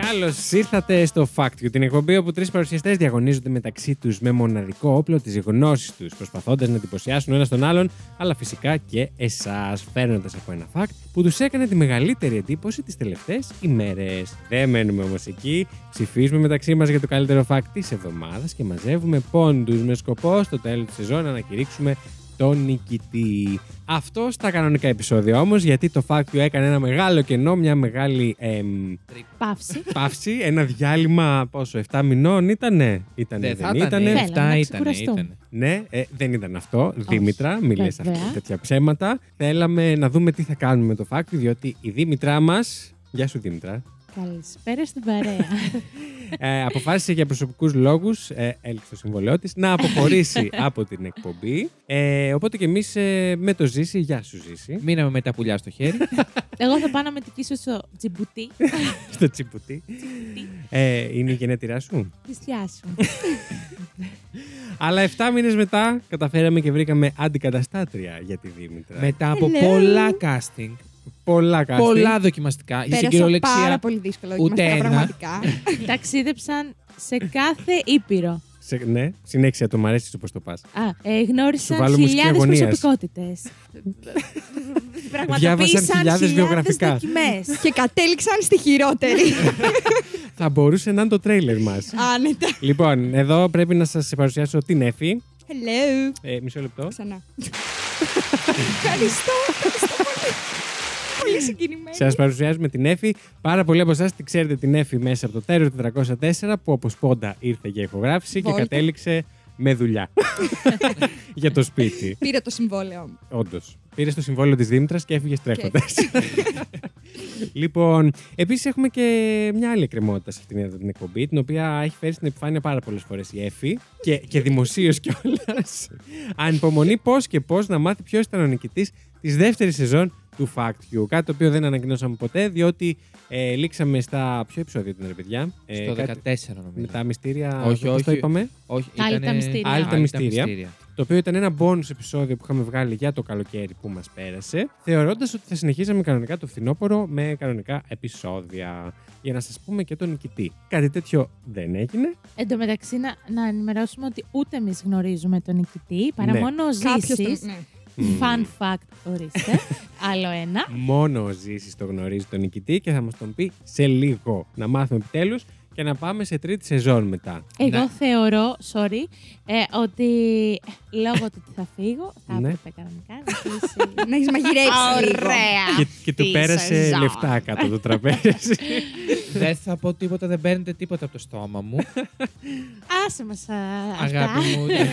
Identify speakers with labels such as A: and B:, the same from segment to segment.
A: Καλώς ήρθατε στο Fact You, την εκπομπή όπου τρεις παρουσιαστές διαγωνίζονται μεταξύ τους με μοναδικό όπλο της γνώσης τους, προσπαθώντας να εντυπωσιάσουν ο ένας τον άλλον, αλλά φυσικά και εσάς, φέρνοντας από ένα fact που τους έκανε τη μεγαλύτερη εντύπωση τις τελευταίες ημέρες. Δεν μένουμε όμως εκεί, ψηφίζουμε μεταξύ μας για το καλύτερο fact της εβδομάδας και μαζεύουμε πόντους με σκοπό στο τέλος της σεζόν να ανακηρύξουμε τον νικητή. Αυτό στα κανονικά επεισόδια όμως, γιατί το Fact You έκανε ένα μεγάλο κενό, μια μεγάλη εμ,
B: Παύση.
A: παύση, ένα διάλειμμα πόσο, 7 μηνών ήτανε. Ήτανε,
C: Ναι, Δεν
A: δεν,
C: θα ήταν.
A: Ναι, ήτανε.
B: Θέλω να
C: Εφτά ήταν.
B: ξεκουραστώ.
A: Ναι, ε, δεν ήταν αυτό. Δήμητρα, μιλέ
B: Βέβαια.
A: αυτή τέτοια ψέματα. θέλαμε να δούμε τι θα κάνουμε με το Fact You, διότι η Δήμητρά μας. Γεια σου, Δήμητρα.
B: Καλησπέρα στην παρέα.
A: ε, αποφάσισε για προσωπικούς λόγους, ε, έληξε το συμβολέο της, να αποχωρήσει από την εκπομπή. Ε, οπότε και εμείς ε, με το ζήσει, γεια σου, ζήσει.
C: Μείναμε με τα πουλιά στο χέρι.
B: Εγώ θα πάω να μετικήσω στο τζιμπουτί
A: στο τσιμπουτί. ε, είναι η γενέτειρά σου.
B: της θιά σου.
A: Αλλά 7 μήνες μετά καταφέραμε και βρήκαμε αντικαταστάτρια για τη Δήμητρα.
C: Μετά από
B: Hello.
C: πολλά casting,
A: πολλά κάστη.
C: πολλά δοκιμαστικά, για στην
D: Πέρασα πάρα
C: κυριολεξία.
D: πολύ δύσκολο
C: ούτε
D: δοκιμαστικά
C: ένα.
D: πραγματικά.
B: Ταξίδεψαν σε κάθε ήπειρο.
A: Σε, ναι, συνέχισε το μ' αρέσει όπω το πας.
B: Α, ε,
A: Σου
B: γνώρισαν
A: βάλω μουσική
B: χιλιάδε
A: αγωνίας.
B: προσωπικότητες.
A: Διάβασαν χιλιάδες βιογραφικά.
B: δοκιμές.
D: και κατέληξαν στη χειρότερη.
A: Θα μπορούσε να είναι το τρέιλερ μας.
D: Άνετα.
A: λοιπόν, εδώ πρέπει να σας παρουσιάσω την Εφη.
D: Hello.
A: Ε, μισό λεπτό.
D: Ξανά. ευχαριστώ, ευχαριστώ πολύ. πολύ συγκινημένη.
A: Σας παρουσιάζουμε την Εφη. Πάρα πολλοί από εσάς τη ξέρετε την Εφη μέσα από το Terror 404 που από σπόντα ήρθε για ηχογράφηση και
D: Βόλτα.
A: κατέληξε με δουλειά. για το σπίτι.
D: Πήρα το συμβόλαιο μου.
A: Όντως. Πήρε το συμβόλαιο της Δήμητρας και έφυγε τρέχοντα. λοιπόν, επίσης έχουμε και μια άλλη εκκρεμότητα σε αυτήν εδώ την εκπομπή, την οποία έχει φέρει στην επιφάνεια πάρα πολλές φορές η Εφη και, και δημοσίως κιόλας. Ανυπομονεί πώς και πώς να μάθει ποιος ήταν ο νικητής της δεύτερης σεζόν του Fact You. Κάτι το οποίο δεν ανακοινώσαμε ποτέ, διότι ε, λήξαμε στα. Ποιο επεισόδιο ήταν, ρε παιδιά. Ε,
C: Στο
A: κάτι-
C: 14 νομίζω.
A: Με τα μυστήρια.
C: Όχι,
A: πώς Το
C: όχι.
A: είπαμε.
C: Όχι,
B: Άλλη
C: ήτανε-
B: τα μυστήρια.
A: Άλλη τα
C: Άλλη τα
A: μυστήρια.
C: μυστήρια.
A: το οποίο ήταν ένα bonus επεισόδιο που είχαμε βγάλει για το καλοκαίρι που μας πέρασε, θεωρώντας ότι θα συνεχίζαμε κανονικά το φθινόπωρο με κανονικά επεισόδια, για να σας πούμε και τον νικητή. Κάτι τέτοιο δεν έγινε.
B: Εν τω μεταξύ, να, να ενημερώσουμε ότι ούτε εμείς γνωρίζουμε τον νικητή, παρά
A: Ναι. Mm.
B: μόνο ο
D: Κάποιος τον-
B: Ζήσης.
D: ναι.
B: Fun fact, ορίστε. Άλλο ένα.
A: Μόνο ο Ζήσης το γνωρίζει τον νικητή και θα μας τον πει σε λίγο. Να μάθουμε επιτέλους και να πάμε σε τρίτη σεζόν μετά.
B: Εγώ
C: Ναι.
B: θεωρώ, sorry, ε, ότι λόγω του ότι θα φύγω, θα
A: Ναι.
B: έπρεπε κανονικά να κλείσει.
D: Να έχεις μαγειρέψει. λίγο.
A: Και, και του
B: τη
A: πέρασε
B: Ε, σεζόν.
A: λεφτά κάτω το τραπέζι.
C: Δεν θα πω τίποτα, δεν παίρνετε τίποτα από το στόμα μου.
B: Άσε μας α,
C: Αγάπη
B: αυτά.
C: μου. Ναι.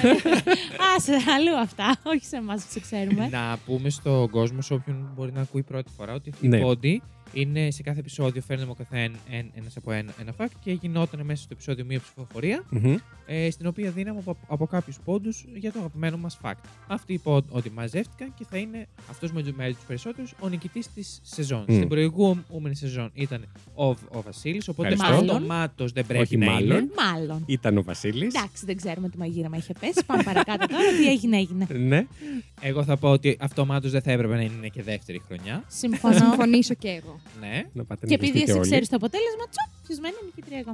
B: Άσε αλλού αυτά, όχι σε εμάς που σε ξέρουμε.
C: να πούμε στον κόσμο, σε όποιον μπορεί να ακούει πρώτη φορά, ότι η
A: Ναι.
C: Πόντι είναι σε κάθε επεισόδιο φέρνουμε ο καθένα ένας από ένα, ένα fact και γινόταν μέσα στο επεισόδιο μία ψηφοφορία
A: Μμμ.
C: ε, στην οποία δίναμε από, από κάποιους πόντους για το αγαπημένο μας fact. Αυτοί είπαν ότι μαζεύτηκαν και θα είναι αυτός με, με τους περισσότερους ο νικητής της σεζόν.
A: Μμ.
C: Στην προηγούμενη σεζόν ήταν ο, ο Βασίλης, οπότε
A: Ευχαριστώ.
C: αυτομάτω δεν πρέπει
A: Όχι
C: να
A: μάλλον.
C: είναι.
B: Μάλλον.
A: Ήταν ο Βασίλης.
B: Εντάξει, δεν ξέρουμε τι μαγείρεμα είχε πέσει. Πάμε παρακάτω τώρα. Τι έγινε, έγινε.
A: Ναι.
C: Εγώ θα πω ότι αυτομάτως δεν θα έπρεπε να είναι και δεύτερη χρονιά.
D: Θα
B: Συμφωνώ.
D: συμφωνήσω και εγώ.
C: Ναι.
A: Να πάτε
B: Και
A: να
B: επειδή
A: βρεθείτε
B: εσύ
A: όλοι.
B: ξέρεις το αποτέλεσμα, τσου, ποιος μένει νικητρία εγώ.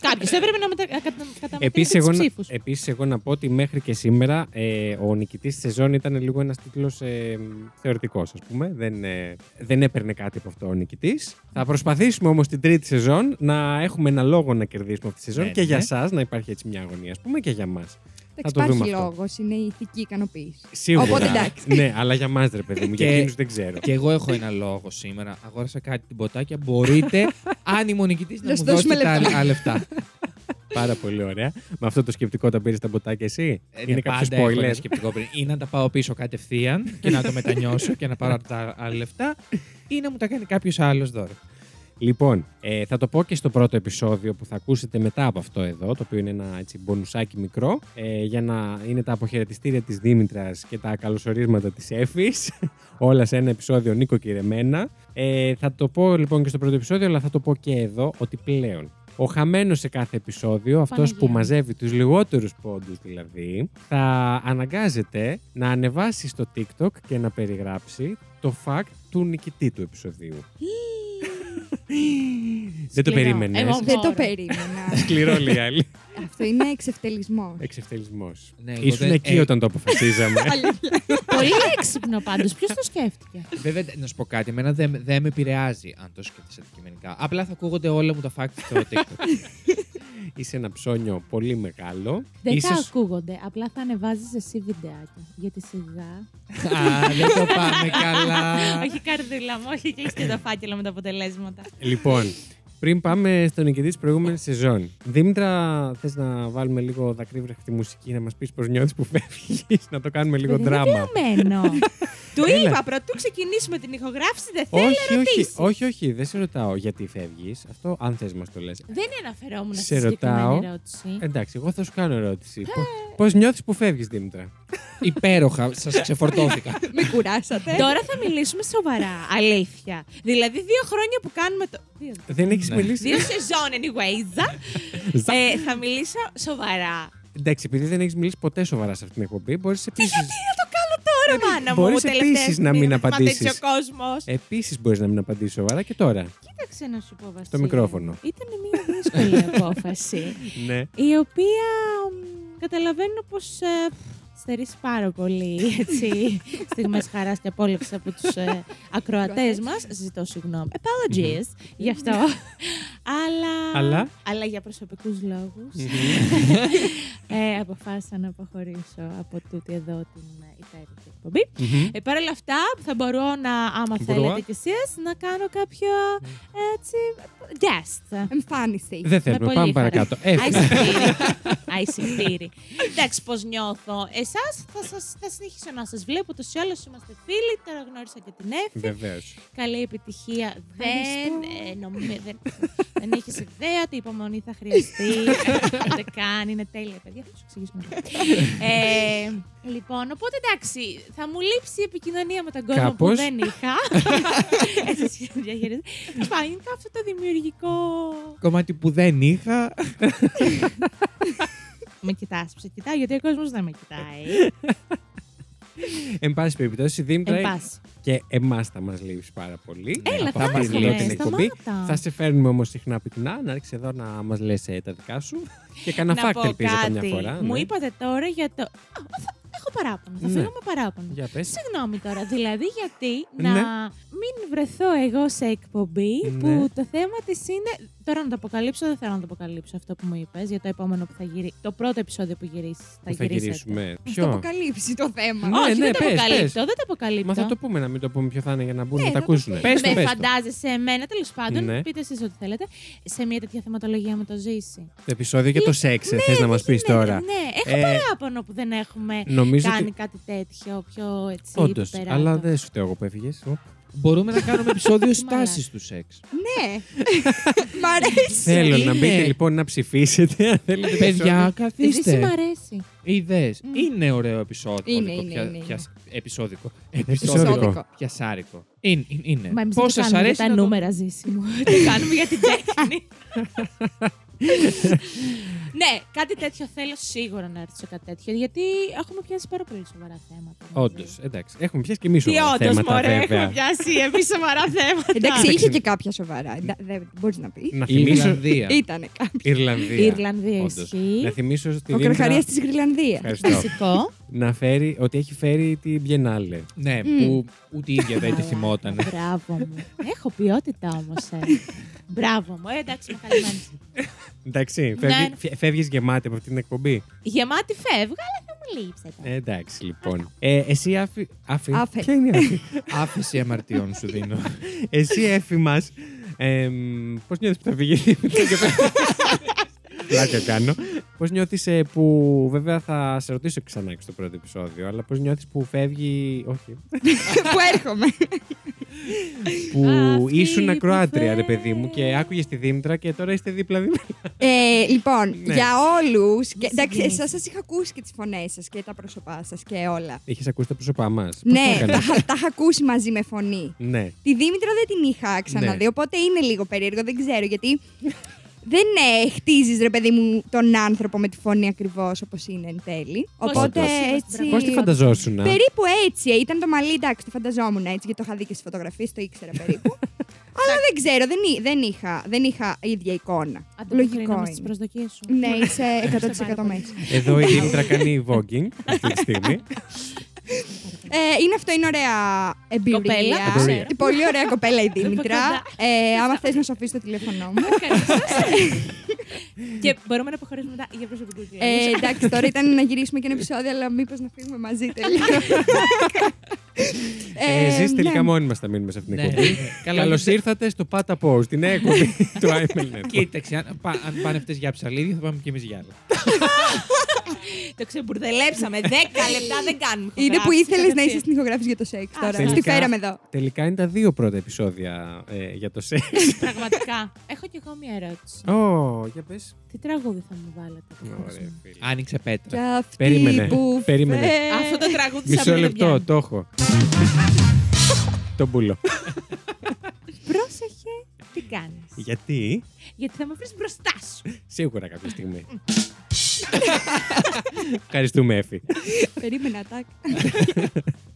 B: Κάποιος θα έπρεπε να μετα... κατα... καταμετρήσει
A: Επίσης εγώ,
B: του
A: να- Ε,
B: ψήφους.
A: επίσης εγώ να πω ότι μέχρι και σήμερα ε, ο νικητής της σεζόν ήταν λίγο ένας τίτλος ε, θεωρητικός ας πούμε. Δεν, ε, δεν έπαιρνε κάτι από αυτό ο νικητής.
C: Ναι.
A: Θα προσπαθήσουμε όμως την τρίτη σεζόν να έχουμε ένα λόγο να κερδίσουμε αυτή τη σεζόν
C: Ναι,
A: και
C: ναι.
A: για σας να υπάρχει έτσι μια αγωνία ας πούμε και για μας.
D: Εντάξει,
A: το δούμε
D: υπάρχει
A: αυτό.
D: λόγος. Είναι η ηθική ικανοποίηση.
A: Σίγουρα.
D: Οπότε εντάξει.
A: ναι, αλλά για μας ρε παιδί μου, για
C: Και-
A: εκείνους δεν ξέρω.
C: Και εγώ έχω ένα λόγο σήμερα. Αγόρασα κάτι την ποτάκια. Μπορείτε, αν είμαι ο νικητής, να
D: Να
C: μου
D: σου δώσουμε
C: δώσετε τα
D: λεπτά.
C: άλλα λεφτά.
A: Πάρα πολύ ωραία. Με αυτό το σκεπτικό τα πήρες τα μποτάκια εσύ. Είναι κάποιο
C: Ε, ναι, πάντα έχω ένα
A: spoiler.
C: σκεπτικό πριν. Ή να τα πάω πίσω κατευθείαν και να το μετανιώσω και να πάρω τα άλλα λεφτά. Ή να μου τα κάνει κάποιος άλλος δώρο.
A: Λοιπόν, ε, θα το πω και στο πρώτο επεισόδιο που θα ακούσετε μετά από αυτό εδώ, το οποίο είναι ένα έτσι μπονουσάκι μικρό, ε, για να είναι τα αποχαιρετιστήρια της Δήμητρας και τα καλωσορίσματα της Εφης, όλα σε ένα επεισόδιο νοικοκυρεμένα. Ε, θα το πω λοιπόν και στο πρώτο επεισόδιο, αλλά θα το πω και εδώ, ότι πλέον Ο χαμένος σε κάθε επεισόδιο, αυτός
B: Παναγία
A: που
B: μου.
A: μαζεύει τους λιγότερους πόντους δηλαδή, θα αναγκάζεται να ανεβάσει στο TikTok και να περιγράψει το fact του νικητή του επεισοδίου. Δεν το
B: Σκληρό.
A: περίμενες.
B: Εγώ-
D: Δεν το
B: Ωραία.
D: περίμενα.
A: Σκληρό λέει η άλλη.
D: Αυτό είναι εξευτελισμός.
A: Ε, Εξευτελισμός.
C: Ναι, εγώ
A: Ήσουν
C: δεν-
A: εκεί
C: ε,
A: όταν το αποφασίζαμε.
B: Πολύ έξυπνο πάντως. Ποιος το σκέφτηκε.
C: Βέβαια, να σου πω κάτι. Εμένα δεν δεν με επηρεάζει αν το σκεφτεί αντικειμενικά. Απλά θα ακούγονται όλα μου τα facts στο TikTok.
A: Είσαι ένα ψώνιο πολύ μεγάλο.
B: Δεν
A: Είσαι
B: θα ακούγονται. Απλά θα ανεβάζεις εσύ βιντεάκια. Γιατί σιγά.
C: Α, δεν το πάμε καλά.
B: Όχι καρδούλα μου, όχι και έχεις και τα φάκελα με τα αποτελέσματα.
A: Λοιπόν, πριν πάμε στον νικητή της προηγούμενης
B: Ε.
A: σεζόν. Δήμητρα, θες να βάλουμε λίγο δακρύβρεχτη μουσική να μας πεις πώς νιώθεις που φεύγεις, να το κάνουμε λίγο δράμα.
B: Μένω.
D: Του
A: Έλα.
D: είπα πρωτού ξεκινήσουμε την ηχογράφηση, δεν θέλω.
A: Όχι, όχι,
D: ερωτήσεις.
A: όχι, όχι, δεν σε ρωτάω γιατί φεύγεις. Αυτό, αν θες, μας το λες.
B: Δεν αναφερόμουν
A: Σε
B: στη συγκεκριμένη
A: ρωτάω.
B: ερώτηση.
A: Εντάξει, εγώ θα σου κάνω
B: Ε.
A: ερώτηση. Πώς νιώθεις που φεύγεις, Δήμητρα.
C: Υπέροχα, σας ξεφορτώθηκα.
D: Με
A: Ε,
D: κουράσατε.
B: Τώρα θα μιλήσουμε σοβαρά. Αλήθεια. Δηλαδή, δύο χρόνια που κάνουμε το. Δύο,
A: Δεν έχεις
C: Ναι.
A: μιλήσει.
B: δύο σεζόν, anyways. ε, θα μιλήσω σοβαρά.
A: Εντάξει, επειδή δεν έχεις μιλήσει ποτέ σοβαρά σε αυτήν την εκπομπή, μπορείς επίση.
B: Τώρα, μάνα μου,
A: μπορείς
B: τελευταίες
A: επίσης να μην
B: μέρες μας
A: απαντήσεις. Ε.
B: έτσι ο κόσμος.
A: Επίσης μπορείς να μην απαντήσεις σοβαρά και τώρα.
B: Κοίταξε να σου πω, Βασίλη.
A: μικρόφωνο.
B: Ήταν μια δύσκολη απόφαση.
A: Ναι.
B: η οποία μ, καταλαβαίνω πως ε, στερήσει πάρα πολύ έτσι, στιγμές χαράς και απόλαυση από τους ε, ακροατές μας. Ζητώ συγγνώμη. Apologies γι' αυτό. αλλά,
A: Mm-hmm. Αλλά? Mm-hmm.
B: αλλά για προσωπικούς λόγους ε, αποφάσισα να αποχωρήσω από τούτη εδώ την ε, υπέροχη εκπομπή. Ε, Παρ' όλα αυτά, θα μπορώ να, άμα
A: Mm-hmm. Μπορώ. Mm.
B: θέλετε κι εσείς, να κάνω κάποιο έτσι, guest.
D: Εμφάνιση.
A: Δεν
B: Με
A: θέλουμε,
B: πολύ
A: πάμε
B: χαρά.
A: παρακάτω. Ε, Έφυγε.
B: Αϊσυπήρη. Αϊσυπήρη. Εντάξει, πώς νιώθω. Εσάς θα, σας, θα συνεχίσω να σας βλέπω. Τόσοι άλλως είμαστε φίλοι. Τώρα γνώρισα και την Εύη.
A: Βεβαίως.
B: Καλή επιτυχία. Δεν, ε, νομι- δεν, δεν έχει ιδέα τι υπομονή θα χρειαστεί. Ούτε καν. Είναι τέλεια, παιδιά. Θα σου εξηγήσουμε. μετά. ε, λοιπόν, οπότε εντάξει, θα μου λείψει η επικοινωνία με τον κόσμο που
A: Κάπως.
B: δεν είχα. Έτσι διαχειρίζεται. Τέλος πάντων, είναι αυτό το δημιουργικό
C: Κομμάτι που δεν είχα.
B: Με κοιτάς, κοιτάει, γιατί ο κόσμος δεν με κοιτάει.
A: Ε, Εν πάση περιπτώσει, η Δήμητρα
B: Εν πάση.
A: και εμάς θα μας λείψει πάρα πολύ.
B: Έλα,
A: θα μας
B: φάσκομαι,
A: λείπει την εκπομπή.
B: σταμάτα.
A: Θα σε φέρνουμε όμως συχνά πυκνά, να έρθεις εδώ να μας λες τα δικά σου. Και κανένα
B: Να πω
A: φάκτα ελπίζω καμιά
B: κάτι.
A: φορά.
B: Μου
A: ναι.
B: είπατε τώρα για το. Α, θα- Έχω παράπονο. Θα
A: Ναι.
B: φύγω με παράπονο.
A: Για πες.
B: Συγγνώμη τώρα, δηλαδή γιατί να
A: Ναι.
B: μην βρεθώ εγώ σε εκπομπή
A: Ναι.
B: που το θέμα της είναι. Τώρα να το αποκαλύψω, δεν θέλω να το αποκαλύψω αυτό που μου είπες για το επόμενο που θα γυρίσει. Το πρώτο επεισόδιο που γυρίσει. Θα,
A: Θα
B: γυρίσετε.
A: γυρίσουμε.
D: Θα το αποκαλύψει το θέμα.
A: Ναι,
B: Όχι,
A: ναι,
B: δεν το
A: πες,
B: αποκαλύπτω.
A: πες.
B: Δεν το αποκαλύπτω.
A: Μα θα το πούμε να μην το πούμε ποιο θα είναι για να μπουν
D: Ναι,
A: να τα
D: θα το
A: ακούσουν.
D: πούμε.
A: Πες το,
B: με
A: πες το.
B: φαντάζεσαι εμένα, τέλος πάντων,
A: Ναι.
B: πείτε εσείς ό,τι θέλετε, σε μια τέτοια θεματολογία με το ζήσει.
A: Το επεισόδιο για το σεξ, θες να μας πεις
B: Ναι,
A: τώρα.
B: Ναι, έχω
A: Ε,
B: παράπονο που δεν έχουμε
A: Νομίζω
B: κάνει
A: ότι.
B: κάτι τέτοιο πιο έτσι.
A: Όντως,
B: υπεράνω.
A: αλλά δεν σου φταίω εγώ που έφυγες.
C: Μπορούμε να κάνουμε επεισόδιο στάσης του σεξ.
D: Ναι. Μ' αρέσει.
A: Θέλω να
C: είναι.
A: μπείτε λοιπόν να ψηφίσετε. αν θέλετε
C: Παιδιά,
B: Εσύ μ'
C: καθίστε.
B: αρέσει.
C: Ιδέες.
D: Μμ.
C: Είναι ωραίο επεισόδιο.
D: Είναι, είναι, είναι, είναι.
C: Επεισόδικο.
A: Επεισόδικο.
C: Πιασάρικο. Είναι. είναι,
A: Ε,
C: είναι.
B: Μα εμείς
C: Πώς
B: δεν το
C: σας
B: κάνουμε για
C: αρέσει
B: τα
C: να το-
B: νούμερα ζήσει μου. Το κάνουμε για την τέχνη. ναι, κάτι τέτοιο θέλω σίγουρα να έρθει σε κάτι τέτοιο. Γιατί έχουμε πιάσει πάρα πολύ σοβαρά θέματα.
A: Όντως, εντάξει. Έχουμε πιάσει και εμείς
B: Τι
A: όλα
B: όντως,
A: θέματα,
B: μωρέ, έχουμε
A: βέβαια.
B: πιάσει εμείς σοβαρά θέματα.
D: Εντάξει, είχε και κάποια σοβαρά. Εντα- Δεν μπορείς να πεις.
A: Να
C: Η
A: θυμίσω.
C: Ιρλανδία.
D: Ήτανε κάποια.
A: Ιρλανδία.
B: Η Ιρλανδία
A: Όντως.
B: ισχύει.
A: Να θυμίσω ότι.
D: Ο
A: Δήμητρα-
D: Κραχαρία της Γρυλανδίας.
A: Ευχαριστώ.
B: Φυσικό.
A: να φέρει, ότι έχει φέρει την Biennale.
C: Ναι,
D: Μμ.
C: που ούτε η ίδια δεν τη
B: Καλά,
C: θυμόταν.
B: Μπράβο μου. Έχω ποιότητα όμως. Ε. Μπράβο μου. Ε, εντάξει, με καλυμμένεις.
A: Εντάξει,
B: Ναι.
A: φεύγει, φε- φεύγεις γεμάτη από αυτή την εκπομπή.
B: Γεμάτη φεύγα, αλλά θα μου λείψετε.
A: Ε, εντάξει, λοιπόν. Ε, εσύ, Άφη. Άφη.
D: Άφη.
A: Ποια είναι η Άφη?
C: Άφηση αμαρτιών σου δίνω.
A: εσύ, Έφη μας. Ε, Πώς νιώθεις που θα φύγει. Πλάκα κάνω. Πώς νιώθεις ε, που. Βέβαια θα σε ρωτήσω ξανά και στο πρώτο επεισόδιο, αλλά πώς νιώθεις που φεύγει. Όχι.
D: Που έρχομαι.
A: που
B: Αυτή
A: ήσουν
B: που
A: ακροάτρια, ρε
B: φεύγει.
A: παιδί μου, και άκουγες τη Δήμητρα και τώρα είστε δίπλα-δίπλα.
D: Ε, λοιπόν,
A: Ναι.
D: για όλους. Εντάξει,
B: συγκινείς.
D: εσά σας είχα ακούσει και τις φωνές σας και τα πρόσωπά σας και όλα.
A: Είχες ακούσει τα πρόσωπά μας.
D: Ναι, τα, είχα- τα είχα ακούσει μαζί με φωνή.
A: Ναι.
D: Τη Δήμητρα δεν την είχα ξαναδεί,
A: Ναι.
D: οπότε είναι λίγο περίεργο, δεν ξέρω γιατί. δεν ε, χτίζεις, ρε παιδί μου, τον άνθρωπο με τη φωνή ακριβώς όπως είναι εν τέλει.
B: Πώς-
D: Οπότε
A: πώς
B: είμαστε,
D: έτσι...
A: Πώς τη φανταζόσουν, α?
D: Περίπου έτσι. ε, Ήταν το μαλλί, εντάξει, το φανταζόμουν έτσι, γιατί το είχα δει και στις φωτογραφίες, το ήξερα περίπου. Αλλά δεν ξέρω, δεν, εί- δεν, είχα, δεν είχα ίδια εικόνα. Λογικό
B: Ανταποκρίνομαι στις
D: είναι.
B: προσδοκίες σου.
D: Ναι, είσαι
B: Ευχαριστώ
D: 100%
B: πάρα πολύ.
D: μέσα.
A: Εδώ η Δήμητρα κάνει voguing αυτή τη στιγμή.
D: Ε, είναι αυτό, είναι ωραία εμπειρία.
B: Κοπέλα,
A: το ξέρω.
D: Η πολύ ωραία κοπέλα η
B: Από
D: Δήμητρα. ε, άμα θες να σου αφήσει το τηλέφωνό μου.
B: και μπορούμε να αποχωρήσουμε μετά για προσωπικού
D: Ε, εντάξει, τώρα ήταν να γυρίσουμε και ένα επεισόδιο, αλλά μήπως να φύγουμε μαζί τελικά.
A: Ε, Εσείς
D: ναι.
A: τελικά μόνοι μας θα μείνουμε σε αυτήν την
C: Ναι.
A: εκπομπή.
C: Καλά,
A: Καλώ
C: δεν-
A: ήρθατε στο Πάτα Post, την νέα εκπομπή του IML Network.
C: Κοίταξε, αν, πα- αν πάνε αυτές για ψαλίδι, θα πάμε κι εμείς για άλλα.
B: Το ξεμπουρδελέψαμε. 10 λεπτά δεν κάνουμε.
D: ναι. Είναι που ήθελες να είσαι στην ηχογράφηση για το σεξ
B: Α,
D: τώρα. Στη
A: τελικά-
D: φέραμε εδώ.
A: Τελικά είναι τα δύο πρώτα επεισόδια ε, για το σεξ.
B: Πραγματικά. Έχω κι εγώ μία ερώτηση.
A: Ω, για πες.
B: Τι τραγούδι θα μου βάλετε. το χώρισμα?
C: Άνοιξε
D: Κι
C: πέτρα.
D: αυτή
A: Περίμενε,
D: που
A: περίμενε.
D: φέρε-
B: Αυτό το τραγούδι σαν
A: Μισό
B: πριν
A: λεπτό,
B: βγαίνει.
A: το έχω. Το μπουλό.
B: Πρόσεχε τι κάνεις.
A: Γιατί
B: Γιατί θα με βρεις μπροστά σου.
A: σίγουρα κάποια στιγμή. Ευχαριστούμε, Εφη.
D: Περίμενα, τάκ.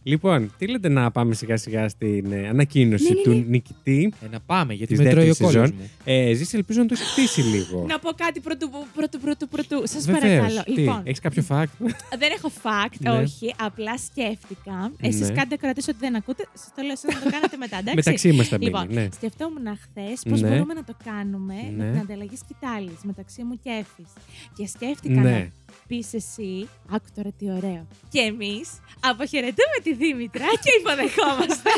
A: Λοιπόν, τι λέτε να πάμε σιγά σιγά στην ε, ανακοίνωση
D: Ναι, ναι,
A: του
D: ναι.
A: νικητή.
C: Ε, να πάμε, γιατί
A: Της
C: με τρώει ο
A: δεύτερης
C: κόλλος
A: σεζόν.
C: μου.
A: Ε, Ζήση, ελπίζω να το έχεις χτίσει λίγο.
B: Να πω κάτι πρωτού, πρωτού, πρωτού, πρωτού. Σας
A: Βεβαίως.
B: παρακαλώ.
A: Τι,
B: Λοιπόν,
A: έχεις κάποιο fact.
B: δεν έχω fact,
A: Ναι.
B: όχι. Απλά σκέφτηκα. Εσείς
A: Ναι.
B: κάντε κρατήσει ότι δεν ακούτε. Σας το λέω εσείς να το κάνετε μετά, εντάξει.
A: Μεταξύ μας τα μείνει.
B: Λοιπόν,
A: ναι.
B: σκεφτόμουν χθες πώς
A: Ναι.
B: μπορούμε να το κάνουμε
A: Ναι.
B: με την ανταλλαγή σκητάλης μεταξύ μου και Εφη. Και σκέφτηκα να
A: Ναι.
B: πεις εσύ, άκου τώρα τι ωραίο. Και εμείς αποχαιρετούμε τη Δήμητρα και υποδεχόμαστε.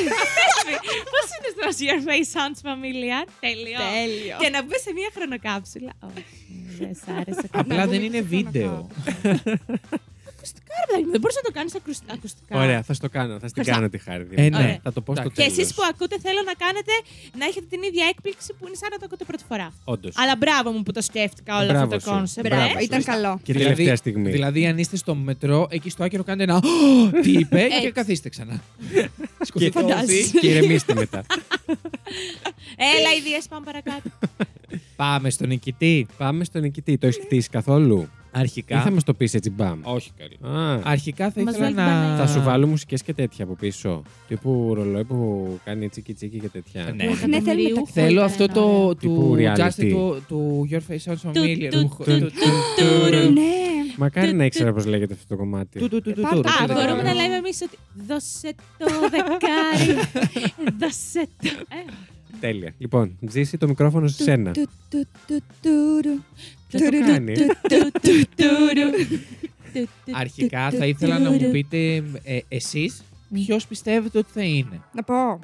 B: Πώ είναι στο Your Face Sounds Familiar. Τέλειο.
D: Τέλειο.
B: Και να μπει σε μια χρονοκάψουλα. Όχι, δεν σ' άρεσε.
C: Απλά δεν είναι
D: Πολύ
C: βίντεο.
B: Ακουστικά, ρε παιδάκι μου, δεν μπορούσα να το κάνεις ακουστικά.
A: Ωραία, θα στο κάνω. Θα στην
B: Ευχαριστώ.
A: κάνω τη χάρη. δηλαδή.
C: Ε, ναι.
A: Δημήτρη. Θα το πω στο
C: Και
B: Και
A: τέλος.
B: εσείς που ακούτε, θέλω να κάνετε να έχετε την ίδια έκπληξη που είναι σαν να το ακούτε πρώτη φορά.
A: Όντως.
B: Αλλά μπράβο μου που το σκέφτηκα όλο
A: Μπράβο
B: αυτό
A: σου.
B: το κόνσεπτ.
A: Μπράβο.
B: ε.
D: Μπράβο, ήταν καλό.
A: Και τελευταία στιγμή.
C: Δηλαδή, αν είστε στο μετρό, εκεί στο άκυρο κάντε ένα «Ω, Τι είπε, και
B: Ε, Έτσι.
C: καθίστε ξανά.
A: Και,
C: Σκοτεινό όσοι.
A: και ηρεμήστε μετά.
B: Έλα, ιδέε πάμε παρακάτω.
C: Πάμε στον νικητή.
A: Πάμε στον νικητή. Το έχεις χτίσει καθόλου. Ή θα
C: Αρχικά.
A: μας το πεις έτσι μπαμ.
C: Όχι καλή.
A: Α,
C: Αρχικά θα
B: Μας
C: ήθελα
B: βάλει
C: να.
B: μπανάκι.
A: Θα σου βάλω μουσικές και τέτοια από πίσω. Τύπου ρολόι που κάνει τσίκι τσίκι και τέτοια.
C: Ναι.
D: Ναι, θέλουμε τα-
C: Θέλω αυτό το.
A: Τύπου
C: του
A: reality.
C: Justin του- του Your Face Sounds Familiar.
B: του-
C: Του-
B: του-
C: του- του-
B: Τουρου.
D: Ναι.
A: Μακάρι να ήξερα πώς λέγεται αυτό το κομμάτι.
C: του- του- του- του-
D: Πάμε.
C: του-
B: Α,
C: του-
B: μπορούμε
C: του-
B: να λέμε εμείς ότι. Δώσε το δεκάρι. Δώσε το. Ε,
A: Τέλεια. Λοιπόν, ζήσει το μικρόφωνο σε σένα.
D: Του, του, του, τουρου.
B: δεν
D: Τουρου,
B: το
A: κάνει.
B: κάνω. Του, του, τουρου. Του, του,
C: Αρχικά
D: του-
C: θα
D: του-
C: ήθελα να μου
D: του-
C: πείτε ε, εσείς ποιος πιστεύετε ότι θα είναι.
D: Να πω.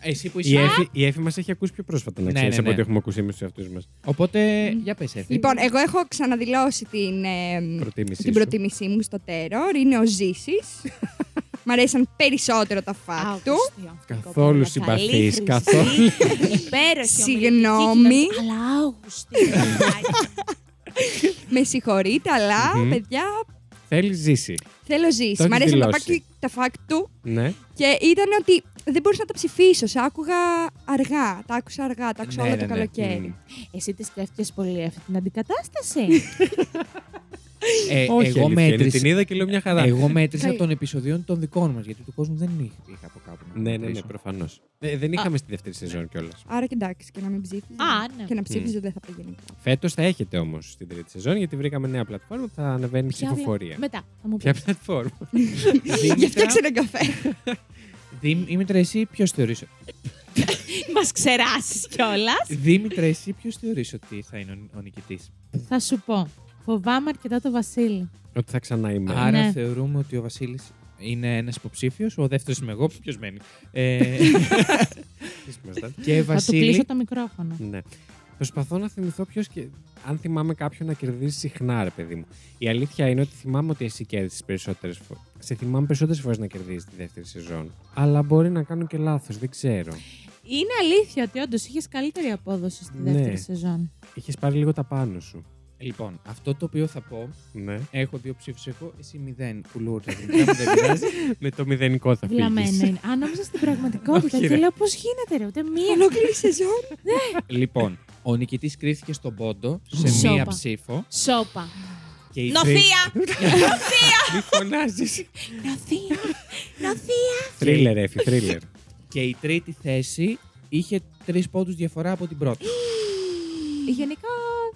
C: Εσύ που
A: Η
C: είσαι.
A: Εφη, η Εφη μας έχει ακούσει πιο πρόσφατα, να
C: Ναι,
A: ξέρεις
C: ναι,
A: από
C: ναι.
A: ό,τι έχουμε ακούσει εμείς τους εαυτούς μας.
C: Οπότε για πες Εφη. Ναι,
D: Λοιπόν, εγώ έχω ξαναδηλώσει την, ε,
A: Προτίμησή
D: την
A: σου.
D: προτίμησή μου στο τέρορ. Είναι ο Ζήσης. Μ' αρέσαν περισσότερο τα φακ του.
B: Άγουστο.
A: Καθόλου συμπαθής, καθόλου.
B: Υπέροχη.
D: Συγγνώμη.
B: ομιλητική κοινωνική, Αλλά άγουστη.
D: Με συγχωρείτε, αλλά
A: Μμμ.
D: παιδιά
A: Θέλεις ζήσει.
D: θέλω
A: Το
D: Ζήση.
A: έχεις
D: Μ' αρέσαν τα,
A: δηλώσει.
D: φακ- τα φακ του.
A: Ναι.
D: Και ήταν ότι δεν μπορούσα να τα ψηφίσω. Σ' άκουγα αργά. Τα άκουσα αργά. Τα άκουσα
C: Ναι,
D: όλο
C: ναι,
D: το
C: ναι.
D: καλοκαίρι.
B: Εσύ τη σκέφτηκες πολύ αυτή την αντικατάσταση.
C: Ε,
A: Όχι,
C: εγώ
A: αλήθεια είναι. Την
C: μέτρησα.
A: είδα και λέω μια χαρά.
C: Εγώ μέτρησα
D: Καλή.
C: των επεισοδίων των δικών μας, γιατί του κόσμου δεν είχα- είχα από κάπου. να
A: Ναι, ναι, ναι,
C: μετρήσω.
A: προφανώς. Ε, δεν είχαμε στη δεύτερη σεζόν κιόλας.
D: Άρα και εντάξει, και να μην ψήφιζε.
B: Α, ναι.
D: Και να ψήφιζε δεν θα πήγαινε.
A: Φέτος θα έχετε όμως στην τρίτη σεζόν γιατί βρήκαμε νέα πλατφόρμα που θα ανεβαίνει
B: Ποια βλα-
A: ψηφοφορία.
B: Μετά θα μου
A: Ποια
B: πεις.
A: πλατφόρμα.
D: Για
C: Δήμητρα,
D: φτιάξε έναν καφέ.
C: Δήμ- Δήμητρα, εσύ ποιος θεωρείς.
B: Μας ξεράσεις κιόλας.
C: Δήμητρα, εσύ ποιος θεωρείς ότι θα είναι ο- ο νικητής.
B: Θα σου πω. Φοβάμαι αρκετά το Βασίλη.
A: Ότι θα ξανά είμαι.
C: Άρα
B: Ναι.
C: θεωρούμε ότι ο Βασίλης είναι ένας υποψήφιος, ο δεύτερος είμαι εγώ, ποιος μένει. Ε,
A: Τι σημαίνει,
C: και
B: Θα του κλείσω
C: Βασίλη.
B: το μικρόφωνο.
A: Ναι. Προσπαθώ να θυμηθώ ποιος και. Αν θυμάμαι κάποιον να κερδίζει συχνά, ρε παιδί μου. Η αλήθεια είναι ότι θυμάμαι ότι εσύ κέρδισες περισσότερες φορέ. Σε θυμάμαι περισσότερες φορές να κερδίζεις τη δεύτερη σεζόν. Αλλά μπορεί να κάνω και λάθος, δεν ξέρω.
B: Είναι αλήθεια ότι όντως είχες καλύτερη απόδοση στη
A: Ναι.
B: δεύτερη σεζόν.
A: Είχες πάρει λίγο τα πάνω σου.
C: Λοιπόν, αυτό το οποίο θα πω,
A: Ναι.
C: έχω δύο ψήφους εγώ, εσύ μηδέν. Κουλούρια, Δήμητρα, μου δεν πειράζει.
A: Με το μηδενικό θα
B: Βλαμμένο
A: φύγει.
B: είναι. Αν νόμιζα στην πραγματικότητα
A: Όχι,
B: και
A: ρε.
B: λέω πώς γίνεται, ρε, ούτε μία.
D: Ολόκληρη σεζόν.
C: Λοιπόν, Ο νικητής κρίθηκε στον πόντο σε
B: Σόπα.
C: μία ψήφο.
B: Σόπα.
A: Και οι τρει-
B: Νοθεία!
A: Μη φωνάζεις.
B: Νοθεία! Νοθεία!
A: Θρίλερ, έφη, θρίλερ.
C: Και η τρίτη θέση είχε τρεις πόντους διαφορά από την πρώτη.
B: Γενικά.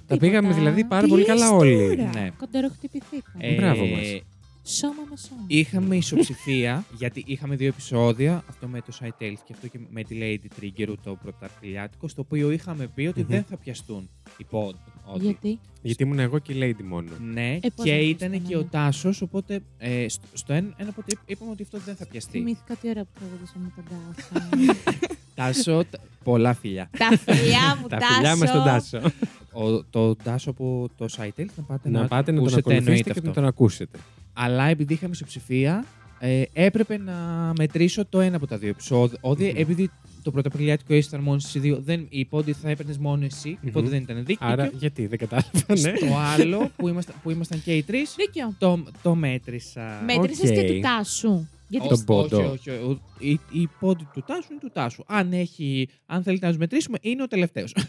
A: Τα πήγαμε δηλαδή πάρα
D: Τι
A: πολύ
D: λες
A: καλά
D: τώρα?
A: όλοι.
C: Ναι.
B: Κοντεροχτυπηθήκαμε.
C: Ε,
A: Μπράβο μας.
B: Σώμα με σώμα.
A: Ε,
C: Είχαμε ισοψηφία, γιατί είχαμε δύο επεισόδια, αυτό με το Side Tales και αυτό και με τη Lady Trigger, το πρωταρχιλιάτικο, στο οποίο είχαμε πει ότι
A: Μμμ.
C: δεν θα πιαστούν οι πόντ. Ότι
B: Γιατί.
A: Γιατί ήμουν εγώ και η Lady μόνο.
C: Ναι,
B: Ε, πώς
C: και
B: να
C: ήταν
B: πιαστούν,
C: και ο
B: ναι.
C: Τάσος. Οπότε ε, στο, στο ένα, ένα ποτέ είπαμε ότι αυτό δεν θα πιαστεί.
B: Θυμήθηκα τι ωραία που τραγουδούσα με τον Τάσο.
C: Τάσο, τ- πολλά φιλιά.
B: Τα φιλιά μου,
A: Τα
B: Τάσο.
A: φιλιά μας στον Τάσο.
C: Ο, το Τάσο από το Site να πάτε να,
A: Να πάτε να τον
C: ακούσετε, εννοείται
A: ακολουθήσετε και
C: αυτό.
A: να τον ακούσετε.
C: Αλλά επειδή είχαμε ισοψηφία, ε, έπρεπε να μετρήσω το ένα από τα δύο επεισόδια. Ότι
A: Μμμ.
C: Επειδή το πρωταπριλιάτικο ήσασταν μόνο εσεί δύο, δεν, η πόντι θα έπαιρνες μόνο εσύ,
A: Μμμ.
C: οπότε δεν ήταν δίκαιο.
A: Άρα γιατί δεν κατάλαβα, ναι.
C: Στο άλλο που ήμασταν, που ήμασταν και οι τρεις,
B: Δίκιο.
C: το, το μέτρησα.
B: Μέτρησες
A: Οκ.
B: και του Τάσου. Γιατί.
A: Τον
C: Όχι,
A: πόντο.
C: Όχι, όχι, όχι. Η, η πόντη του τάσου είναι του τάσου. Αν, έχει, αν θέλετε να τους μετρήσουμε, είναι ο τελευταίος.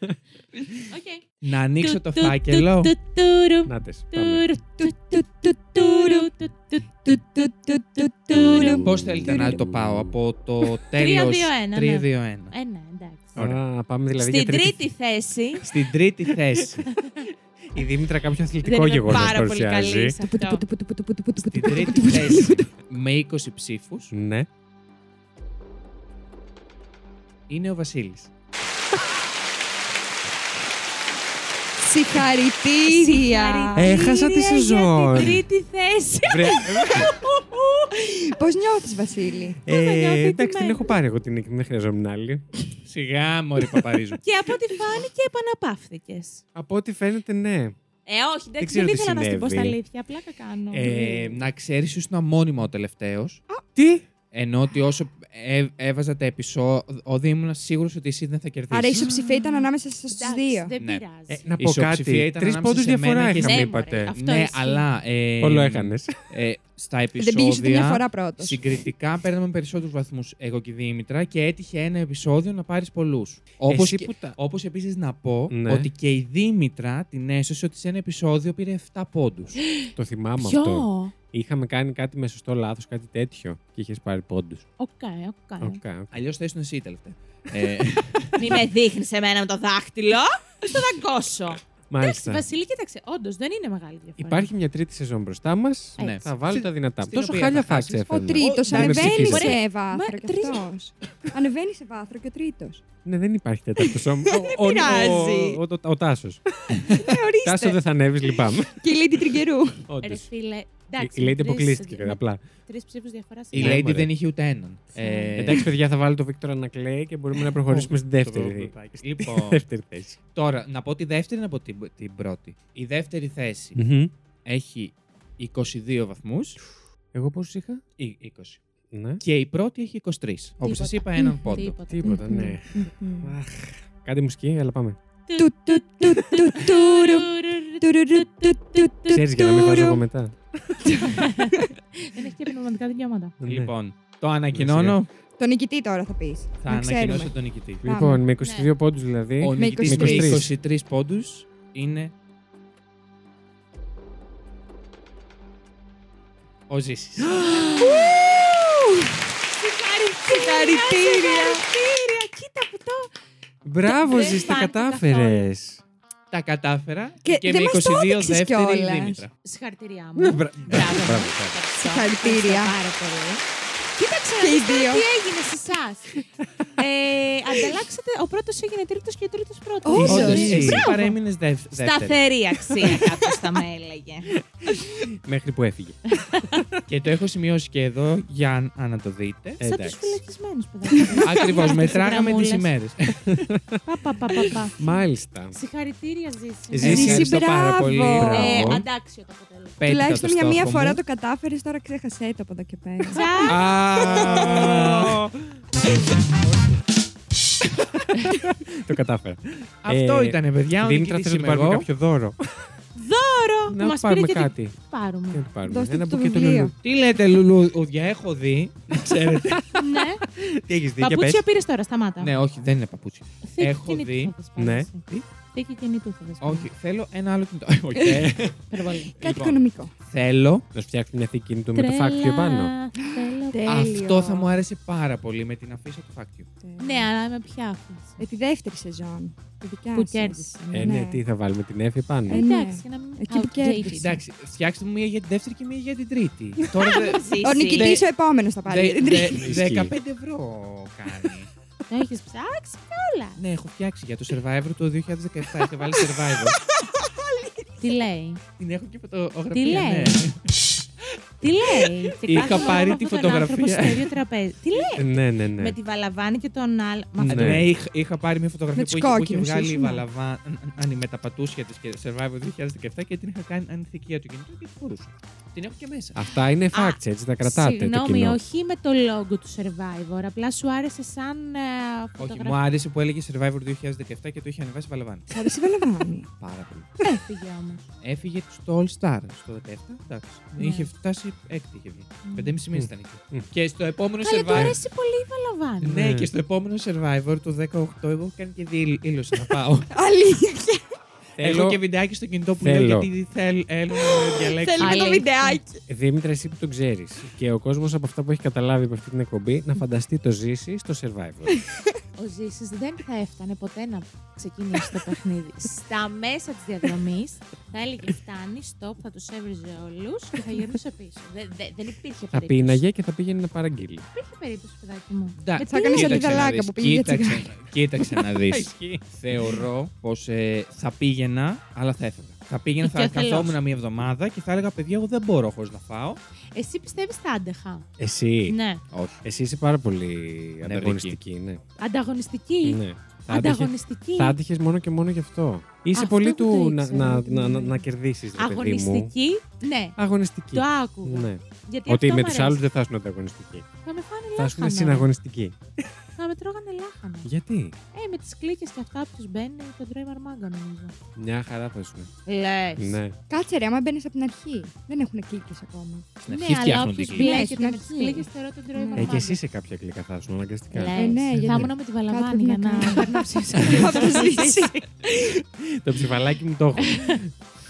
B: Οκ.
C: να ανοίξω το
B: Του, του, του,
C: φάκελο.
B: του, τουρου,
A: Να τες, πάμε.
B: τουρου, του, του, του, τουρου, του, του, του, του, του, του,
A: Λοιπόν.
B: τουρου.
C: Πώς θέλετε να το πάω από το τέλος.
B: 3-2-1, ναι.
C: 3-2-1.
B: Ε, ναι, εντάξει.
A: Ωραία. Α, πάμε δηλαδή
B: Στην
A: για τρίτη.
B: τρίτη θέση.
C: Στην τρίτη θέση.
A: Η Δήμητρα κάποιο
B: Δεν
A: αθλητικό
B: είμαι
A: γεγονός
B: πάρα πολύ
A: παρουσιάζει.
B: καλή σε
D: Πουτου,
B: αυτό.
D: πουτου, πουτου, πουτου, πουτου, πουτου,
C: Στην
D: πουτου,
C: τρίτη
D: πουτου, πουτου.
C: θέση με 20 ψήφου
A: Ναι.
C: είναι ο Βασίλη.
D: Συγχαρητήρια.
B: Συγχαρητήρια
A: Έχασα τη
B: για την
A: σεζόν.
B: τρίτη θέση.
A: Βρε,
D: Πώς νιώθεις, Ε, Βασίλη.
B: θα νιώθω
A: ε, εντάξει, την
B: τιμένη.
A: έχω πάρει εγώ την νίκη, δεν χρειαζόμουν άλλη.
C: Σιγά μωρή Παπαρίζου.
B: Και από ό,τι φάνηκε, επαναπαύθηκες.
A: Από ό,τι φαίνεται, ναι.
B: Ε, όχι, εντάξει,
A: ξέρω
B: δεν
A: τι
B: ήθελα να σου πω στα
A: συνέβη.
B: αλήθεια. Πλάκα κάνω.
C: ε, να ξέρεις, ήσουν αμόνιμα ο τελευταίος.
A: Τι!
C: Ενώ ότι όσο ε, έβαζα τα επεισόδια, ήμουν σίγουρος ότι εσύ δεν θα κερδίσεις.
D: Άρα η ισοψηφία ήταν ανάμεσα στους
B: Εντάξει,
D: δύο.
B: Δεν
C: Ναι.
B: πειράζει.
A: Ε, να πω
C: ισοψηφία
A: κάτι.
C: ήταν
A: Τρεις
C: ανάμεσα
A: πόντους
C: σε μένα
A: διαφορά
C: και
A: είχαμε,
B: Ναι,
A: είπατε.
B: μωρέ, αυτό
C: ναι,
B: ισχύει.
C: αλλά. Ε,
A: Όλο έκανες.
C: Ε, στα
D: Δεν πήγες ούτε μια
C: επεισόδια.
D: φορά πρώτος.
C: Συγκριτικά παίρναμε περισσότερους βαθμούς εγώ και η Δήμητρα και έτυχε ένα επεισόδιο να πάρεις πολλούς. Όπως
A: Εσύ που τα-
C: όπως επίσης να πω
A: Ναι.
C: ότι και η Δήμητρα την έσωσε ότι σε ένα επεισόδιο πήρε 7 πόντους.
A: Το θυμάμαι
B: Ποιο?
A: αυτό. Είχαμε κάνει κάτι με σωστό λάθος, κάτι τέτοιο. Και είχες πάρει πόντους.
B: Οκ, οκ.
A: Okay.
C: Αλλιώς θα ήσουν εσύ τελευταία. ε,
B: Μη με δείχνεις εμένα με το δάχτυλο. Στο δαγκώσω. Εντάξει,
A: Μάλιστα.
B: Βασίλη, κοίταξε. Όντως δεν είναι μεγάλη διαφορά.
A: Υπάρχει μια τρίτη σεζόν μπροστά μας.
C: Ναι.
A: Θα βάλω τα δυνατά.
C: Στην
A: Τόσο
C: οποία
A: χάλια
C: θα
A: θα
C: χάσεις.
A: ξέφερνα.
D: Ο τρίτος
A: δεν με
D: ανεβαίνει
A: ψηφίζετε.
D: σε βάθρο
B: Μα,
D: κι
B: τρεις-
D: αυτό. Ανεβαίνει σε βάθρο και ο τρίτος.
A: Ναι, δεν υπάρχει τέταρτο όμω. Ο,
B: πειράζει.
A: ο, ο, ο, ο Τάσο. Τάσο
B: Ε,
D: Ορίστε.
A: δεν θα ανέβεις, λυπάμαι.
D: Και η Λίτη Τριγκερού.
B: Ρε
A: Όντω.
B: φίλε.
A: Η Lady
B: Ναι.
A: αποκλείστηκε. Απλά.
B: Τρεις ψήφους διαφοράς.
C: η
A: Ναι,
C: Lady
A: μωρέ. Ναι.
C: δεν είχε ούτε έναν. Ε,
A: Εντάξει, παιδιά, θα βάλω το Βίκτορα να κλαίει και μπορούμε να προχωρήσουμε στην δεύτερη.
C: Λοιπόν,
A: Δεύτερη θέση.
C: τώρα να πω τη δεύτερη να πω την, την πρώτη. Η δεύτερη θέση
B: Ναι.
A: Μμμ.
C: έχει 22 βαθμούς.
A: Εγώ πόσους είχα.
C: 20.
A: Ναι.
C: Και η πρώτη έχει 23. Όπως σας είπα, έναν πόντο.
B: Τίποτα.
A: Τίποτα, ναι. Κάντε μουσική, αλλά πάμε.
D: Του- του- του- του- τουρου. Τουρουρου- του- του- του-
A: Ξέρεις για να μην βάζω
D: τουρου.
A: εγώ μετά.
B: Δεν έχει και πνευματικά δικαιώματα.
A: Ναι.
C: Λοιπόν, το ανακοινώνω.
D: Το νικητή τώρα θα πεις.
C: Θα
D: Να ξέρουμε.
C: ανακοινώσω τον νικητή.
A: Λοιπόν, με 22 πόντους δηλαδή.
C: Ο
D: Με
C: νικητής με
A: 23.
C: 23 πόντους είναι. Ο Ζήσης.
D: Συγχαρητήρια.
B: Συγχαρητήρια. Κοίτα που το.
A: Μπράβο,
B: Δεν
A: Ζη, τα
B: φάνηκε
A: κατάφερε.
C: Τα κατάφερα
D: Και
C: και,
D: δεν
C: με
D: μας το
C: 22
D: έδειξες
C: δεύτερη η
D: κιόλας.
C: Δήμητρα.
B: Συγχαρητήριά μου. Μπράβο.
A: Ναι, μπράβο.
B: Ευχαριστώ.
D: Συγχαρητήρια.
B: Ευχαριστώ Πάρα πολύ. Κοίταξε να
D: Και οι
B: δεις τώρα
D: δύο.
B: τι έγινε σε εσάς. Ανταλλάξατε, ο πρώτος έγινε τρίτος και ο τρίτος πρώτος.
D: Όντως,
C: Όντως,
D: Ζήση.
C: εσύ
D: Μπράβο.
C: παρέμεινε δεύτερη.
B: Σταθερή αξία, κάποιος θα με έλεγε.
A: Μέχρι που έφυγε.
C: και το έχω σημειώσει και εδώ για αν- αν να το δείτε.
A: Ε,
B: Σαν τους
A: εντάξει.
B: φυλακισμένους παιδάκια.
C: Ακριβώ, μετράγαμε τις
B: Γραμμούλες.
C: ημέρες.
B: Πα, πα, πα, πα, πα.
A: Μάλιστα.
B: Συγχαρητήρια, Ζήση.
A: Ζήση,
D: Ζήση,
A: ευχαριστώ πάρα
D: μπράβο.
A: πολύ.
B: Ε,
A: Μπράβο.
B: αντάξιο το αποτέλεσμα.
C: Πέτυχα
D: Τουλάχιστον
C: το
D: για μία
C: στόχο
D: φορά
C: μου.
D: το κατάφερες, τώρα ξέχασέ το από εδώ και πέρα.
B: Τσακ.
A: Α,
C: Α,
A: Το κατάφερα.
C: Αυτό
A: Ε,
C: ήταν, παιδιά. ο
A: Δήμητρα, θέλω να
C: νικητής
A: του
C: είμαι
A: πάρουμε
C: εγώ.
A: κάποιο δώρο.
B: Δώρο που
A: Να
B: μας πήρε
A: πάρουμε
B: και την
A: κάτι. Τι να
B: πάρουμε.
A: του πάρουμε.
D: Δώστε
A: Ένα
D: του το
A: μπουκέτο
D: βιβλίο.
A: λουλού.
C: Τι λέτε, λουλούδια, έχω δει. Ξέρετε.
B: Ναι.
A: Τι έχεις δει, για πες.
B: Παπούτσια πήρες τώρα, σταμάτα.
C: Ναι, όχι, δεν είναι παπούτσια.
B: Θήκη
C: Έχω
B: κινητού
C: δει.
B: θα δεσπάσεις.
A: Ναι.
C: Τι?
B: Θήκη κινητού θα δεσπάσεις.
C: Όχι, θέλω ένα άλλο κινητό. Ε, οκ.
B: Υπερβολή.
D: Κάτι
C: Λοιπόν.
D: οικονομικό.
C: Θέλω.
A: Να σου φτιάξουν μια θήκη κινητού με το
B: Τρέλα,
A: φάκτιο πάνω.
B: θέλω.
D: Τέλειο.
C: Αυτό θα μου άρεσε πάρα πολύ με την αφίσα του φάκτιου.
B: Ναι, αλλά με ποια άφηση.
D: Ε, τη δεύτερη σεζόν. Τη δικιά
B: Που
D: σας.
B: κέρδισε.
A: Ε, ναι, τι θα βάλουμε την έφη πάνω.
D: Ε, ναι.
B: Εντάξει, να μην
D: Εκεί που
B: outdated.
D: κέρδισε.
C: Εντάξει, φτιάξτε μου μία για την δεύτερη και μία για την τρίτη. Τώρα δε-
B: Ζήσεις.
D: Ο νικητής
C: Δε-
D: ο επόμενος θα πάρει.
C: δε-
D: την τρίτη.
C: δε- 15 ευρώ κάνει.
B: Το έχει Ναι, ψάξει όλα.
C: Ναι, έχω φτιάξει για το Survivor το 2017. Είχα βάλει Survivor.
B: Τι λέει.
C: Την έχω και φωτογραφία.
B: Τι λέει?
C: ναι.
B: Τι λέει.
C: Είχα
B: Κοιτάζω
C: πάρει
B: όλο
C: τη
B: αυτόν τον άνθρωπο
C: φωτογραφία.
B: στο ίδιο τραπέζι. Τι λέει.
A: Ε, Ναι, ναι, ναι.
B: Με τη βαλαβάνη και τον άλλο. Μα
A: Ναι.
C: Ναι, ναι είχα, είχα πάρει μια φωτογραφία
D: Με
C: που
D: τους
C: είχε, που είχε
D: κόκκινους,
C: βγάλει η
D: ήσουν.
C: Βαλαβάνη με τα πατούσια της και Survivor 2017 και την είχα κάνει ανηθικία του κινητού και την χωρούσα. Την έχω και μέσα.
A: Αυτά είναι facts, έτσι τα κρατάτε. το
B: Συγγνώμη,
A: κοινό.
B: όχι με το logo του Survivor. Απλά σου άρεσε σαν ε,
C: Όχι,
B: φωτογραφία.
C: μου άρεσε που έλεγε Survivor 2017 και το είχε ανεβάσει η Βαλαβάνη.
D: Σα αρέσει η Βαλαβάνη.
C: Πάρα πολύ.
B: Έφυγε όμως.
C: Έφυγε στο All Star στο 17. Εντάξει.
B: Ναι.
C: Είχε φτάσει έκτη είχε βγει.
B: Μμμ.
C: 5,5 μήνε
A: Μμ.
C: ήταν
A: Μμ.
C: εκεί. Και στο επόμενο
B: Καλά, του
C: Survivor.
B: αρέσει πολύ η Βαλαβάνη.
C: Ναι,
A: Ναι.
C: και στο επόμενο Survivor του 18 έχω κάνει και δήλωση να πάω.
D: Αλήθεια.
A: Θέλω,
C: Έχω και βιντεάκι στο κινητό που
A: Θέλω.
C: λέω γιατί θέλ- θέλω να διαλέξω.
D: Θέλουμε το
B: Αλήθεια.
D: βιντεάκι.
A: Δήμητρα, εσύ που το ξέρεις και ο κόσμος από αυτά που έχει καταλάβει από αυτή την εκπομπή να φανταστεί το ζήσει στο survivor.
B: Ο Ζήσης δεν θα έφτανε ποτέ να ξεκινήσει το παιχνίδι. Στα μέσα της διαδρομής θα έλεγε Φτάνει, stop, θα τους έβριζε όλους και θα γυρνούσε πίσω. Δε- δε- δεν υπήρχε περίπτωση.
A: θα πίναγε και θα πήγαινε να παραγγείλει.
B: Υπήρχε περίπτωση, παιδάκι μου.
C: Εντάξει,
D: Θα κάνεις
C: κοίταξε
D: αντιδαλάκα
C: να δεις,
D: που πήγε για
C: Κοίταξε, κοίταξε να δεις. Θεωρώ πως ε, θα πήγαινα, αλλά θα έφευγα. Θα πήγαινα, θα
B: Οικειοθελώς.
C: καθόμουν μία εβδομάδα και θα έλεγα παιδιά, εγώ δεν μπορώ χωρίς να φάω.
B: Εσύ πιστεύεις τα άντεχα.
A: Εσύ,
B: Ναι.
C: Όχι.
A: εσύ είσαι πάρα πολύ ανταγωνιστική. Ναι.
B: Ανταγωνιστική.
A: ναι. Θα άντυχε
B: Ανταγωνιστική.
A: θα άντυχες μόνο και μόνο γι' αυτό. Είσαι
B: Αυτό
A: πολύ
B: δεν το
A: του να,
B: ήξερα,
A: να,
B: ότι
A: να,
B: μου
A: να,
B: λέει.
A: να κερδίσεις, παιδί μου.
B: Αγωνιστική. Ναι.
A: Αγωνιστική.
B: Το άκουγα.
A: Ναι.
B: Γιατί
A: Ότι
B: αυτό
A: με
B: μ'
A: τους
B: αρέσει.
A: άλλους δεν θα ήσουν ανταγωνιστική.
B: Θα με φάνε
A: Θα ήσουν
B: λάχανο.
A: συναγωνιστική.
B: Θα με τρώγανε λάχανο.
A: Γιατί?
B: Ε, με τις κλίκες και αυτά που τους μπαίνει, τον τρώει μαρμάγκα νομίζω.
A: Μια χαρά θα ήσουν.
B: Λες.
A: Ναι.
D: Κάτσε ρε, άμα μπαίνεις από την αρχή. Δεν έχουν κλίκες ακόμα.
C: Στην
B: Ναι,
C: αρχή
B: αλλά
C: φτιάχνουν
B: όποιος
C: την κλίμα.
B: μπλέκεται
D: Ναι,
B: με τις
D: στην
B: κλίκες
D: αρχή.
B: θεωρώ τον τρώει
D: Ε,
A: Ε, και
B: βαρβάδι.
A: εσύ σε κάποια κλικά θα ήσουν αναγκαστικά.
B: Λες.
D: Ε, ναι,
B: Θα
D: γιατί-
B: ήμουν με τη
D: Κάτι
B: βαλαβάνη για
D: πρέπει
B: να
D: να κάνω.
B: παίρνω ψήφισα.
D: Αυτό ζήσει.
A: Το ψηφαλάκι μου το έχω.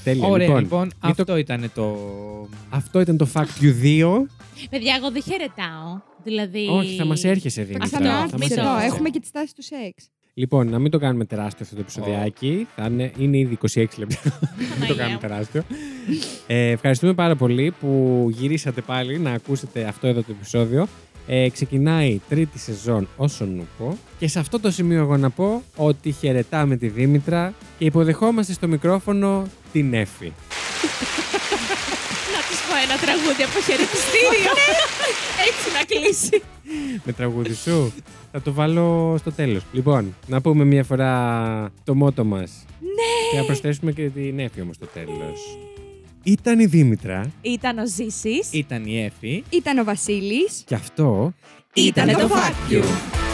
A: Τέλεια.
C: Ωραία, λοιπόν,
A: λοιπόν,
C: αυτό ήταν το...
A: αυτό ήταν το Fact You 2.
B: Παιδιά, εγώ δεν χαιρετάω. Δηλαδή...
A: Όχι, θα μας έρχεσαι,
D: Α,
A: Δήμητρα.
D: θα
B: Μην το-
D: με
A: θα
D: άρθει
A: μας
B: μην το-
D: εδώ.
A: έρχεσαι.
D: Έχουμε και τη τάση του σεξ.
A: Λοιπόν, να μην το κάνουμε τεράστιο αυτό το επεισοδιάκι. Θα είναι, είναι ήδη 26 λεπτά. μην το
B: Παναγία
A: κάνουμε
B: μου.
A: τεράστιο. Ε, ευχαριστούμε πάρα πολύ που γυρίσατε πάλι να ακούσετε αυτό εδώ το επεισόδιο. Ε, ξεκινάει τρίτη σεζόν όσον ούπο και σε αυτό το σημείο εγώ να πω ότι χαιρετάμε τη Δήμητρα και υποδεχόμαστε στο μικρόφωνο την Εφη.
B: Να του πω ένα τραγούδι από χαιρετιστήριο. Έτσι να κλείσει.
A: με τραγούδι σου. Θα το βάλω στο τέλος. Λοιπόν, να πούμε μια φορά το μότο μας. Ναι! Και να προσθέσουμε και την έφη όμως στο τέλος. Ήταν η Δήμητρα
B: Ήταν ο Ζήσης.
C: Ήταν η Εφη.
D: Ήταν ο Βασίλης.
A: και αυτό
D: Ήτανε το
C: Fact You.